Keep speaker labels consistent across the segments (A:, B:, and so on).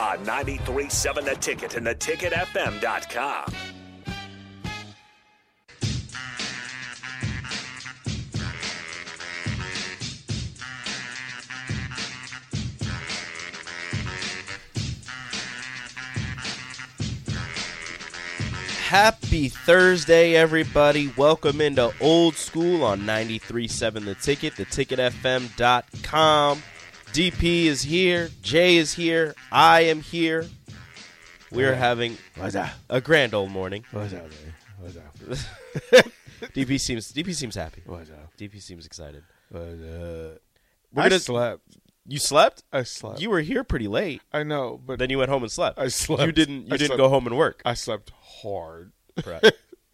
A: on 93.7 The Ticket and theticketfm.com.
B: Happy Thursday, everybody. Welcome into Old School on 93.7 The Ticket, theticketfm.com. DP is here. Jay is here. I am here. We're having
C: What's up?
B: a grand old morning.
C: What's up, baby? What's up?
B: DP seems DP seems happy.
C: What's up?
B: DP seems excited.
C: What's
B: We're
C: up? I
B: gonna-
C: slept.
B: You slept?
C: I slept.
B: You were here pretty late.
C: I know, but
B: Then you went home and slept.
C: I slept.
B: You didn't. You
C: I
B: didn't
C: slept.
B: go home and work.
C: I slept hard.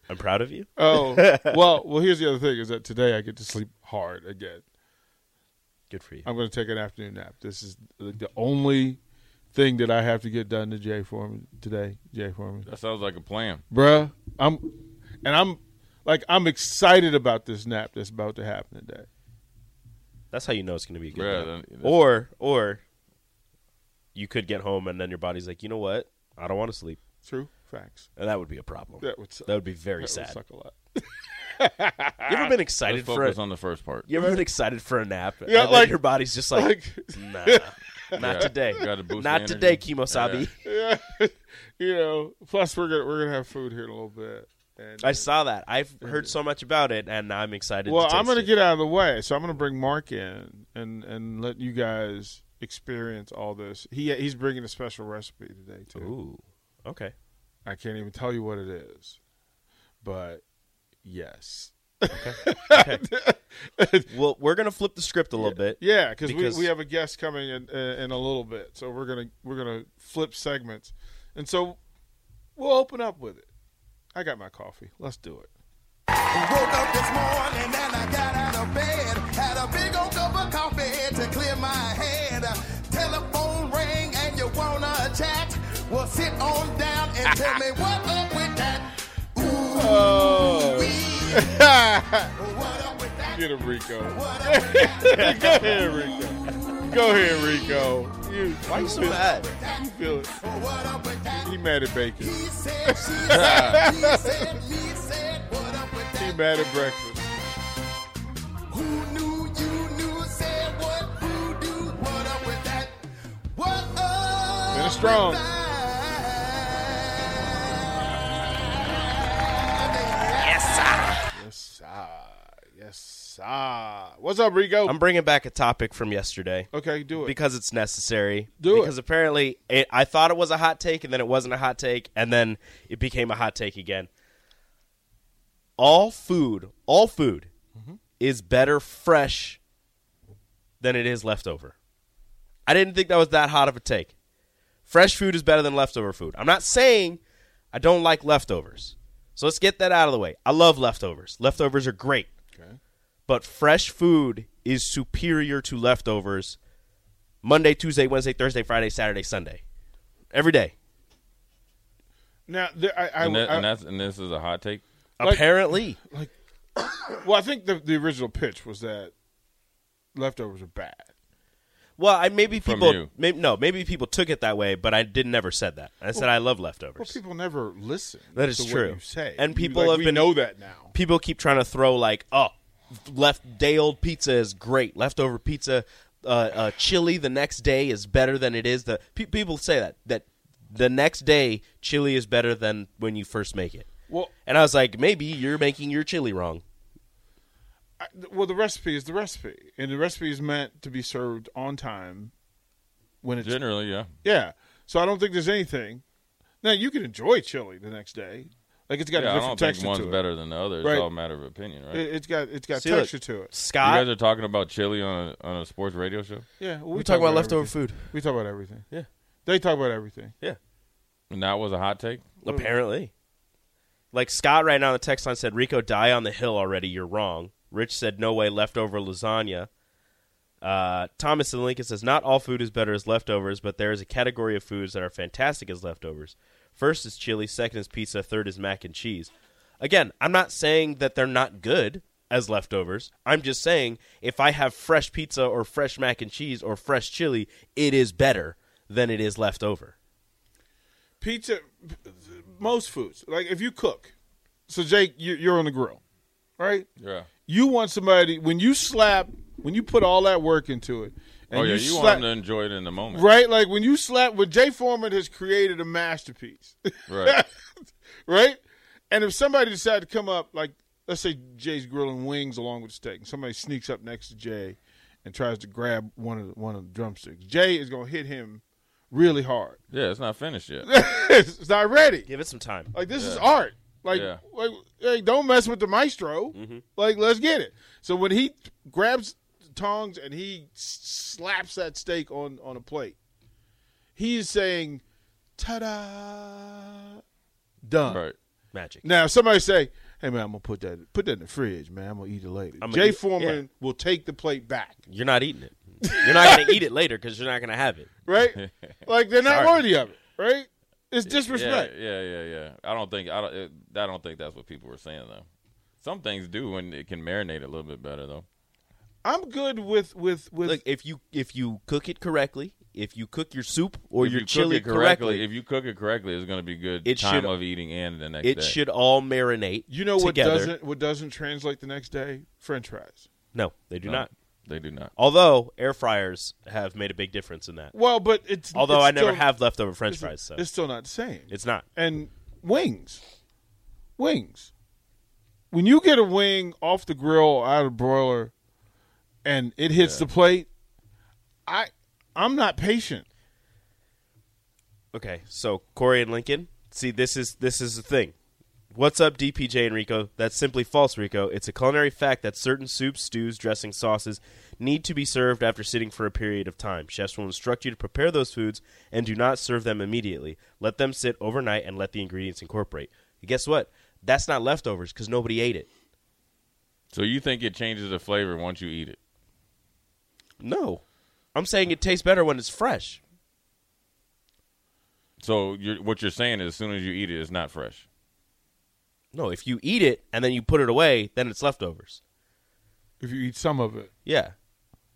B: I'm proud of you.
C: Oh well. Well, here's the other thing: is that today I get to sleep hard again.
B: Good for you.
C: I'm going to take an afternoon nap. This is the the only thing that I have to get done to Jay Foreman today. Jay Foreman,
D: That sounds like a plan.
C: bruh. I'm, and I'm like I'm excited about this nap that's about to happen today.
B: That's how you know it's going to be a good.
D: Yeah,
B: nap.
D: that- that's-
B: or or you could get home and then your body's like, you know what? I don't want to sleep,
C: True facts.
B: and that would be a problem.
C: That would suck.
B: That would be very
C: That would
B: sad.
C: suck a lot.
B: You ever been
D: "Ah." Let's
B: excited for a,
D: focus on the first part.
B: You ever been excited for a nap? and
C: Yeah,
B: then
C: like-
B: your body's just like,
C: like-
B: nah, not today.
D: gotta boost
B: not
D: the
B: today,
D: energy.
B: Kimosabi.
C: you know. Plus, we're gonna we're gonna have food here in a little bit. And
B: I saw that. I've heard so much about it, and I'm excited.
C: well,
B: to
C: I'm
B: taste
C: gonna
B: it.
C: get out of the way, so I'm gonna bring Mark in and and let you guys experience all this. He he's bringing a special recipe today too.
B: Ooh, okay.
C: I can't even tell you what it is, but yes,
B: Well, we're gonna flip the script a little bit.
C: yeah, cause
B: Because-
C: we, we have a guest coming in uh, in a little bit, so we're gonna we're gonna flip segments, and so we'll open up with it. I got my coffee. Let's do it.
E: Woke up this morning and I got out of bed. Had a big old cup of coffee to clear my head. Telephone rang and you wanna chat? Well, sit on down and tell me what up with that. Ooh, wee. what up with that?
C: Oh. Get him, Rico.
E: What up with that?
C: Go ahead, Rico. Go ahead, Rico. You,
B: Why are you so bad?
C: You feel it.
E: What up with that?
C: He mad at bacon.
E: He said, she said, he said, he said, what up with
C: He
E: that?
C: mad at breakfast.
E: Who knew you knew said what who do what up with that? What up?
C: Finish strong.
E: with that?
C: Yes, ah. Yes, ah. What's up, Rico?
B: I'm bringing back a topic from yesterday
C: okay, do it.
B: because it's necessary.
C: Do it.
B: because apparently it, I thought it was a hot take, and then it wasn't a hot take, and then it became a hot take again. All food, all food,
C: Mm-hmm.
B: is better fresh than it is leftover. I didn't think that was that hot of a take. Fresh food is better than leftover food. I'm not saying I don't like leftovers. So let's get that out of the way. I love leftovers. Leftovers are great. But fresh food is superior to leftovers Monday, Tuesday, Wednesday, Thursday, Friday, Saturday, Sunday. Every day.
C: now, there, I, I,
D: and, that,
C: I-
D: and that's and this is a hot take.
C: Like-
B: Apparently.
C: well, I think the, the original pitch was that leftovers are bad.
B: Well, I maybe
D: From
B: people
D: you.
B: maybe, no, maybe people took it that way, but I didn't ever said that. I said I love
C: Well,
B: leftovers.
C: people never listen.
B: That is
C: to what
B: true.
C: you say,
B: And
C: You-
B: people
C: like,
B: have
C: we
B: been-
C: know that now.
B: people keep trying to throw like, oh, left day old pizza is great. Leftover pizza, uh, uh, chili the next day is better than it is. The pe- people say that that the next day chili is better than when you first make it.
C: Well-
B: and I was like, maybe you're making your chili wrong.
C: I, well, the recipe is the recipe, and the recipe is meant to be served on time when it's
D: Generally, yeah.
C: Yeah. So I don't think there's anything. Now you can enjoy chili the next day. Like it's got a
D: yeah I don't
C: different
D: think
C: texture
D: one's
C: to it.
D: better than the other.
C: Right.
D: It's all a matter of opinion, right?
C: It- It's got it's got
B: See, look,
C: texture to it.
D: you
B: Scott,
D: guys are talking about chili on a, on a sports radio show?
C: Yeah, well,
B: we talk about leftover
C: everything.
B: food.
C: We talk about everything.
B: Yeah.
C: They talk about everything.
B: Yeah,
D: And that was a hot take?
B: apparently. Like Scott right now on the text line said, Rico, die on the hill already. You're wrong. Rich said, no way, leftover lasagna. Uh, Thomas and Lincoln says, not all food is better as leftovers, but there is a category of foods that are fantastic as leftovers. First is chili, second is pizza, third is mac and cheese. Again, I'm not saying that they're not good as leftovers. I'm just saying if I have fresh pizza or fresh mac and cheese or fresh chili, it is better than it is leftover.
C: Pizza, most foods. Like if you cook, so Jake, you- you're on the grill, right?
D: Yeah.
C: You want somebody when you slap when you put all that work into it. And
D: oh, yeah. You,
C: slap,
D: want them to enjoy it in the moment.
C: right? Like when you slap when Jay Foreman has created a masterpiece.
D: Right.
C: right? And if somebody decided to come up, like let's say Jay's grilling wings along with steak, and somebody sneaks up next to Jay and tries to grab one of the, one of the drumsticks, Jay is gonna hit him really hard.
D: Yeah, it's not finished yet.
C: it's not ready.
B: Give it some time.
C: Like this is art. Like,
D: Yeah.
C: like, hey, don't mess with the maestro. Like, let's get it. So when he grabs tongs and he s- slaps that steak on on a plate, he's saying, "Ta-da!" Done.
D: right.
B: Magic.
C: Now, if somebody say, "Hey man, I'm gonna put that put that in the fridge, man. I'm gonna eat it later."
B: I'ma
C: Jay
B: eat-
C: Foreman will take the plate back,
B: You're not eating it. You're not going to eat it later because you're not going to have it.
C: right? like they're not
B: Sorry.
C: worthy of it, right? It's disrespect.
D: Yeah, yeah, yeah, yeah. I don't think I don't. It, I don't think that's what people were saying though. Some things do when it can marinate a little bit better though.
C: I'm good with with with
B: Look, if you if you cook it correctly, if you cook your soup or
D: if
B: your
D: you
B: chili
D: cook it correctly,
B: correctly,
D: if you cook it correctly, it's going to be good
B: It
D: time
B: should-
D: of eating and the next
B: it
D: day.
B: should all marinate.
C: You know what
B: together.
C: doesn't what doesn't translate the next day? French fries.
B: No, they do not.
D: They do not.
B: Although air fryers have made a big difference in that.
C: Well, but it's
B: Although
C: it's
B: I never
C: still-
B: have leftover French
C: it's-
B: fries, so
C: It's still not the same.
B: it's not.
C: and wings, wings. When you get a wing off the grill or out of the broiler, and it hits the plate, I I'm not patient.
B: Okay, so Corey and Lincoln. See, this is this is the thing. What's up, DPJ and Rico? That's simply false, Rico. It's a culinary fact that certain soups, stews, dressings, sauces need to be served after sitting for a period of time. Chefs will instruct you to prepare those foods and do not serve them immediately. Let them sit overnight and let the ingredients incorporate. And guess what? That's not leftovers because nobody ate it.
D: So you think it changes the flavor once you eat it?
B: No, I'm saying it tastes better when it's fresh.
D: So you're, what you're saying is, as soon as you eat it, it's not fresh.
B: No, if you eat it and then you put it away, then it's leftovers.
C: If you eat some of it,
B: Yeah.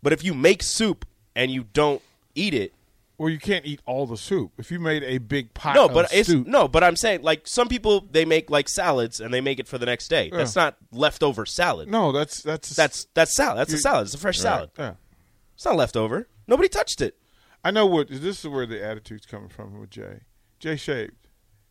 B: But if you make soup and you don't eat it,
C: or you can't eat all the soup. If you made a big pot,
B: no,
C: of
B: but it's
C: soup,
B: no, but I'm saying like some people they make like salads and they make it for the next day. That's not leftover salad.
C: no, that's that's a-
B: That's that's salad. That's a
C: You-
B: salad. It's a fresh salad.
C: yeah.
B: It's not leftover. Nobody touched it.
C: I know what this is where the attitude's coming from with Jay. Jay shaved.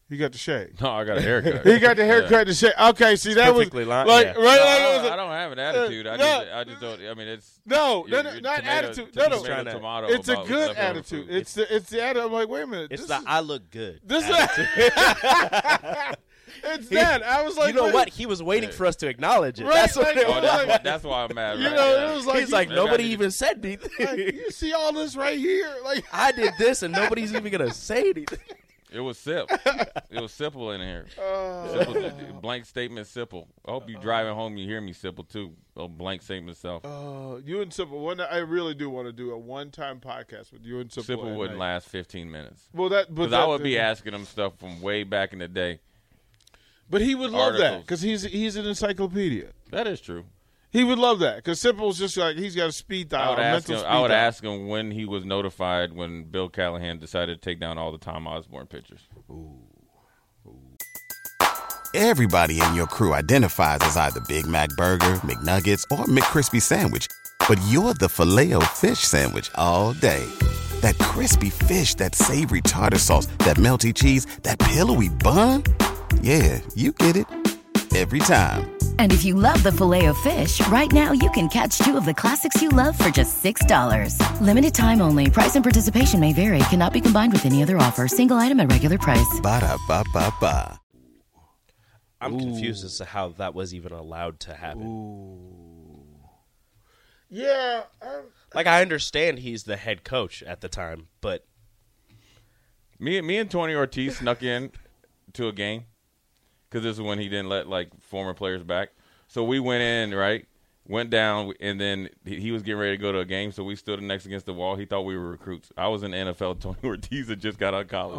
C: He got the shave.
D: No, I got a haircut.
C: He got the haircut to shave. Okay, see that was
B: perfectly li-
C: like
B: yeah.
C: right.
D: No,
C: like,
D: I,
C: it
D: don't,
C: was a- Uh,
D: I don't have an attitude. I
C: no.
D: just, I just don't. I mean, it's
C: No,
D: you're-
C: no, no,
D: you're
C: not
D: tomato-
C: attitude. No, no.
D: tomato,
B: Trying to-
D: tomato
C: It's a
D: about
C: good
D: leftover
C: attitude.
D: food.
C: It's the it's the attitude. I'm like, wait a minute.
B: It's
C: this
B: the
C: is,
B: I look good.
C: this
B: attitude.
C: it's that. I was like,
B: you know
C: wait-
B: what? He was waiting for us to acknowledge it.
C: Right,
B: That's what
C: like,
B: it
D: Oh,
B: was.
D: that's, why, that's why I'm mad.
C: You
D: right?
C: know,
D: Yeah.
C: it was like
B: He's
C: you-
B: like
D: Maybe I
B: nobody
D: need to-
B: even said anything.
C: you see all this right here. Like
B: I did this and nobody's even gonna say anything.
D: It was sip. it was simple in here.
C: Uh,
D: Simple- blank statement simple. I hope you driving home you hear me simple too. Oh, blank statement self.
C: uh, you and Simple. One, I really do want to do a one-time podcast with you and Simple.
D: simple
C: at
D: wouldn't
C: night.
D: last 15 minutes.
C: Well, that but
D: Because I
C: that-
D: would be asking him stuff from way back in the day.
C: But he would love that
D: articles.
C: because he's he's an encyclopedia.
D: That is true.
C: He would love that because Simple's just like he's got a speed
D: I
C: dial.
D: would
C: a
D: ask
C: mental
D: him.
C: speed
D: I would
C: dial.
D: ask him when he was notified when Bill Callahan decided to take down all the Tom Osborne pictures.
F: Everybody in your crew identifies as either Big Mac Burger, McNuggets, or McCrispy Sandwich. But you're the filet fish Sandwich all day. That crispy fish, that savory tartar sauce, that melty cheese, that pillowy bun. Yeah, you get it every time.
G: And if you love the filet of fish, right now you can catch two of the classics you love for just $6. Limited time only. Price and participation may vary. Cannot be combined with any other offer. Single item at regular price.
F: Ba da ba ba ba.
B: I'm confused as to how that was even allowed to happen.
C: Yeah, I-
B: Like I understand he's the head coach at the time, but
D: Me, me and Tony Ortiz snuck in to a game because this is when he didn't let like former players back. So we went in, right? Went down, and then he, he was getting ready to go to a game. So we stood next against the wall. He thought we were recruits. I was in the NFL. Tony Ortiz had just got out of college,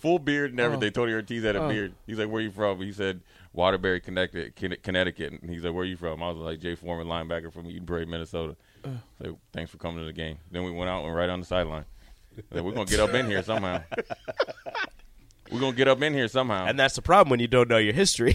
D: full beard and everything. Tony Ortiz had a beard. He's like, "Where you from?" He said, "Waterbury, Connecticut, Kin- Connecticut." And he's like, "Where you from?" I was like, "Jay Foreman, linebacker from Edenbury, Minnesota." He's like, thanks for coming to the game. Then we went out and right on the sideline. Like, we're gonna get up in here somehow. we're gonna get up in here somehow.
B: and that's the problem when you don't know your history.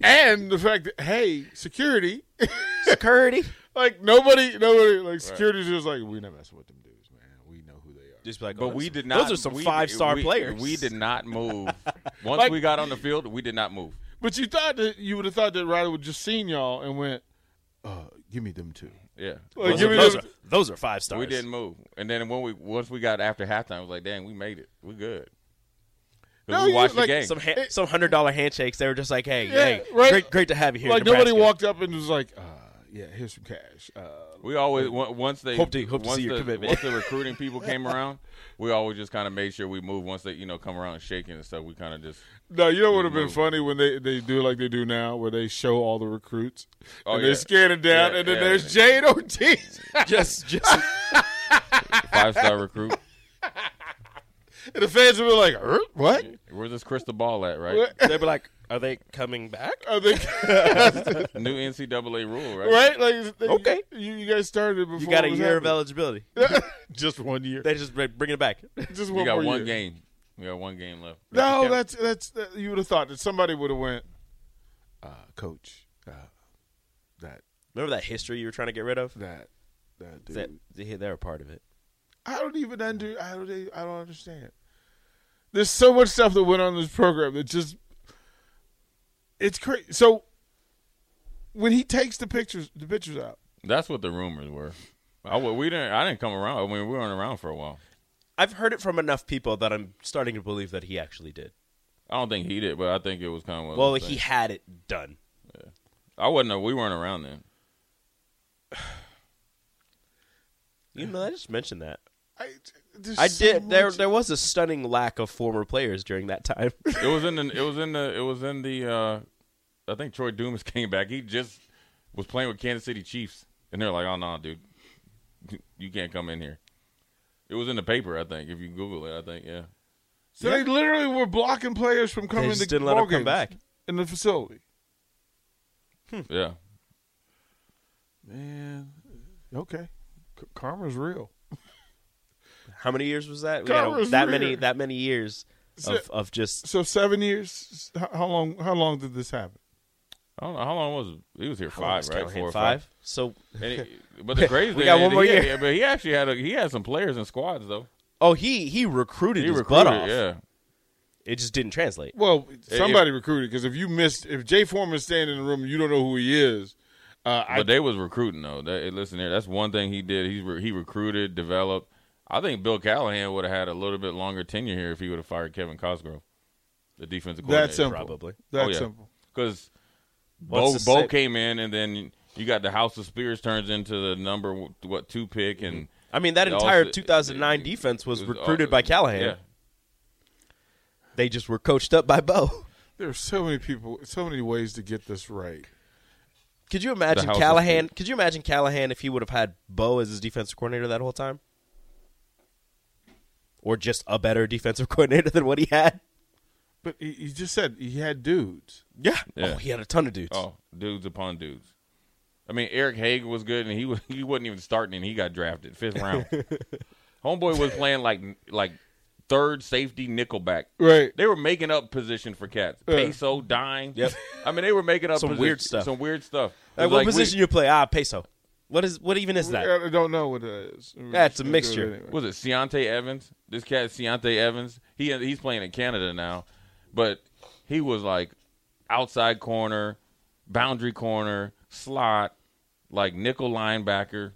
C: and the fact that hey, security,
B: Security.
C: like nobody, nobody, like security's just like we never mess with them dudes, man. We know who they are.
B: Just be like,
D: But
B: oh,
D: we
B: that's-
D: did not.
B: Those are some
D: we-
B: five star
D: we-
B: players.
D: We did not move. Once
C: Like-
D: we got on the field, we did not move.
C: But you thought that you would have thought that Ryder would just seen y'all and went, uh, give me them two.
D: Yeah,
C: Like,
D: Once
C: give
D: we-
C: me
B: Those
C: them-
B: are, those are five stars.
D: we didn't move. And then when we once we got after halftime, I was like, "Dang, we made it. We good." 'Cause
C: No,
D: we
C: you-
D: watched the
C: like,
D: game.
B: Some ha- some hundred dollar handshakes. They were just like, hey,
C: Yeah,
B: hey,
C: right.
B: great, great to have you here.
C: like nobody
B: Nebraska.
C: walked up and was like, uh, yeah, here's some cash. Uh,
D: we always on- once they
B: Hope to- hope to
D: once
B: see your
D: the,
B: commitment.
D: once the recruiting people came around, we always just kind of made sure we moved. Once they you know come around and shaking and stuff, we kind of just
C: no, you know what would have been funny when they, they do like they do now, where they show all the recruits
D: Oh,
C: and
D: yeah.
C: they scan it down,
D: Yeah,
C: and then
D: yeah.
C: there's Jade Ortiz,
B: Just, just
D: five star recruit.
C: and the fans would be like, "Er, what?
D: Where's this crystal ball at? Right,
C: What?
B: they'd be like, are they coming back?
C: Are they,
D: new NCAA rule, right?
C: right? Like, they-
B: Okay.
C: you, you guys started it before.
B: You got a
C: it was
B: year of
C: happening.
B: eligibility.
C: just one year,
B: They just bring bring it back.
C: just one
D: We got
C: more
D: one
C: year.
D: game. We got one game left.
C: No, that's that's that, you would have thought that somebody would have went, uh, coach, uh, that
B: Remember that history you were trying to get rid of?
C: that that dude.
B: That, they they were part of it.
C: I don't even under I don't e- I don't understand. There's so much stuff that went on in this program that just it's crazy. So when he takes the pictures the pictures out,
D: That's what the rumors were. I wa- we didn't. I didn't come around. I mean, we weren't around for a while.
B: I've heard it from enough people that I'm starting to believe that he actually did.
D: I don't think he did, but I think it was kind of
B: Well, he had it done.
D: I wasn't. a- We weren't around then.
B: You know, I just mentioned that.
C: I there's
B: I
C: so
B: did. There,
C: much-
B: there was a stunning lack of former players during that time.
D: It was in the. It was in the. It was in the. Uh, I think Troy Dumas came back. He just was playing with Kansas City Chiefs, and they're like, "Oh no, dude, you can't come in here." It was in the paper, I think. If you Google it, I think yeah.
C: so they literally were blocking players from coming
B: just
C: to
B: didn't let 'em
C: ballgames
B: come back.
C: in the facility.
B: Hmm.
D: Yeah.
C: Man, okay, K- karma's real.
B: How many years was that? We
C: God,
B: had a-
C: it was
B: that
C: weird.
B: many. That many years of, of just.
C: So seven years. How- How long? How long did this happen?
D: I don't know how long was he was here
B: How long
D: five
B: was
D: right
B: Callahan?
D: four or
B: five. So,
D: And he- but the crazy
B: We
D: thing
B: got
D: is
B: one more
D: he had-
B: year.
D: but he actually had a, he had some players in squads though.
B: oh, he he recruited
D: He
B: his
D: recruited,
B: butt off.
D: yeah.
B: It just didn't translate.
C: Well, somebody recruited because if you missed, if Jay Foreman's standing in the room, and you don't know who he is. Uh, I,
D: But they was recruiting though. That, listen here, that's one thing he did. He re- he recruited, developed. I think Bill Callahan would have had a little bit longer tenure here if he would have fired Kevin Cosgrove, the defensive
C: that's
D: coordinator. Oh,
C: simple.
B: probably. Oh,
C: That's
D: yeah.
C: simple.
D: Because
B: What's
D: Bo,
B: to
D: Bo
B: say-
D: came in, and then you got the House of Spears turns into the number what two pick, and
B: I mean, that
D: It
B: entire
D: also-
B: 2009 defense was
D: it was
B: recruited
D: all-
B: by Callahan.
D: yeah.
B: They just were coached up by Bo.
C: There are so many people, so many ways to get this right.
B: Could you imagine
D: house was
B: Callahan?
D: good.
B: Could you imagine Callahan if he would have had Bo as his defensive coordinator that whole time, or just a better defensive coordinator than what he had?
C: But he, he just said he had dudes.
B: Yeah.
D: Yeah.
B: Oh, he had a ton of dudes.
D: Oh, dudes upon dudes. I mean, Eric Haig was good, and he was he wasn't even starting, and he got drafted fifth round. Homeboy was playing like like third safety nickelback.
C: Right.
D: They were making up position for cats. Peso, dime.
B: Yep.
D: I mean, they were making up
B: Some
D: position-
B: weird stuff.
D: Some weird stuff. It
B: Like,
D: was
B: what
D: we-
B: position you play? Ah, peso. What is what even is that?
C: I don't know what that is.
B: That's a
C: We'll do it
B: mixture.
C: anyway.
D: was it Ciante Evans? This cat Ciante Evans. He he's playing in Canada now, but he was like outside corner, boundary corner, slot, like nickel linebacker.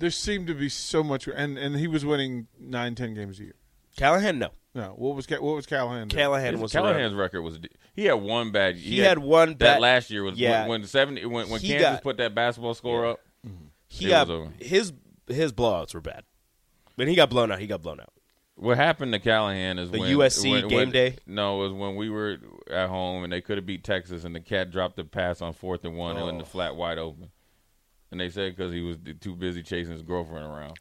C: There seemed to be so much, and and he was winning nine, ten games a year.
B: Callahan, no.
C: No, what was Ca- what was Callahan? doing?
B: Callahan was
D: Callahan's
B: around.
D: record was he had one bad.
B: He had one
D: that
B: bad-
D: last year was
B: yeah.
D: when, when seventy when when
B: He
D: Kansas
B: got-
D: put that basketball score up.
B: He
D: It
B: got
D: was over.
B: his his blowouts were bad. When he got blown out, he got blown out.
D: What happened to Callahan is
B: The
D: when
B: USC
D: when-
B: game
D: when-
B: day?
D: No, it was when we were at home and they could have beat Texas, and the cat dropped the pass on fourth and one and in the
B: Oh.
D: flat wide open. And they said because he was too busy chasing his girlfriend around.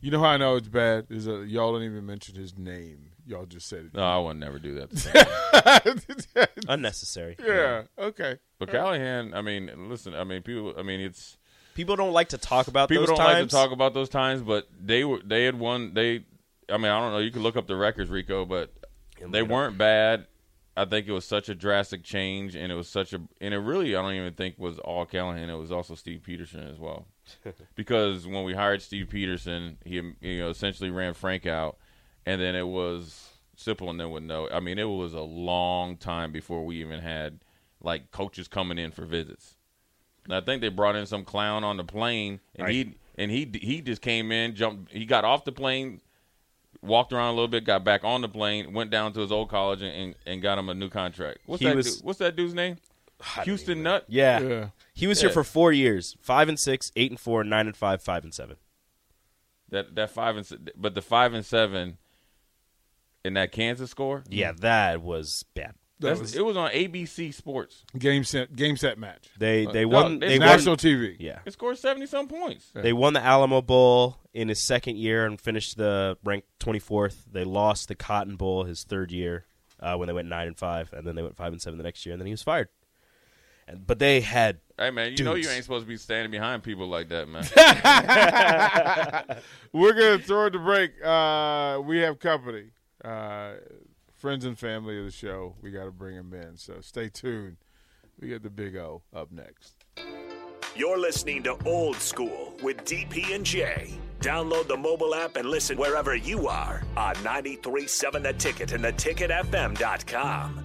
C: You know how I know it's bad is that y'all didn't even mention his name. Y'all just said
D: No, I would never do that. to Callahan.
C: it.
B: Unnecessary.
C: yeah. Okay.
D: but Callahan, I mean, listen, I mean, people, I mean, it's
B: People don't like to talk about
D: people
B: those
D: don't
B: times.
D: like to talk about those times, but they were they had won. They, I mean, I don't know. You could look up the records, Rico, but they weren't bad. I think it was such a drastic change, and it was such a, and it really, I don't even think was all Callahan. It was also Steve Peterson as well, because when we hired Steve Peterson, he you know essentially ran Frank out, and then it was Sipple and then with no. I mean, it was a long time before we even had like coaches coming in for visits. And I think they brought in some clown on the plane, and he and he he just came in, jumped, he got off the plane, walked around a little bit, got back on the plane, went down to his old college, and, and, and got him a new contract. What's
B: He
D: that?
B: was-
D: dude- what's that dude's name? Houston Nut.
B: Yeah.
C: Yeah.
B: He was here
D: Yeah.
B: for four years: five and six, eight and four, nine and five, five and seven.
D: That that five and se- but the five and seven in that Kansas score.
B: Yeah, that was bad.
D: That's, it was on ABC Sports.
C: Game set. Game set match.
B: They they
D: Uh, no,
B: won.
D: they
B: they won.
C: National TV.
B: Yeah,
D: It scored seventy some points.
B: they won the Alamo Bowl in his second year and finished the ranked twenty fourth. They lost the Cotton Bowl his third year uh, when they went nine and five, and then they went five and seven the next year, and then he was fired. And, but they had
D: Hey man, you know
B: Dudes.
D: you ain't supposed to be standing behind people like that, man.
C: We're gonna throw it to break. Uh, we have company, uh, friends and family of the show. We got to bring them in. So stay tuned. We got the Big O up next.
A: You're listening to Old School with DP and J. Download the mobile app and listen wherever you are on 937 The Ticket and theticketfm.com.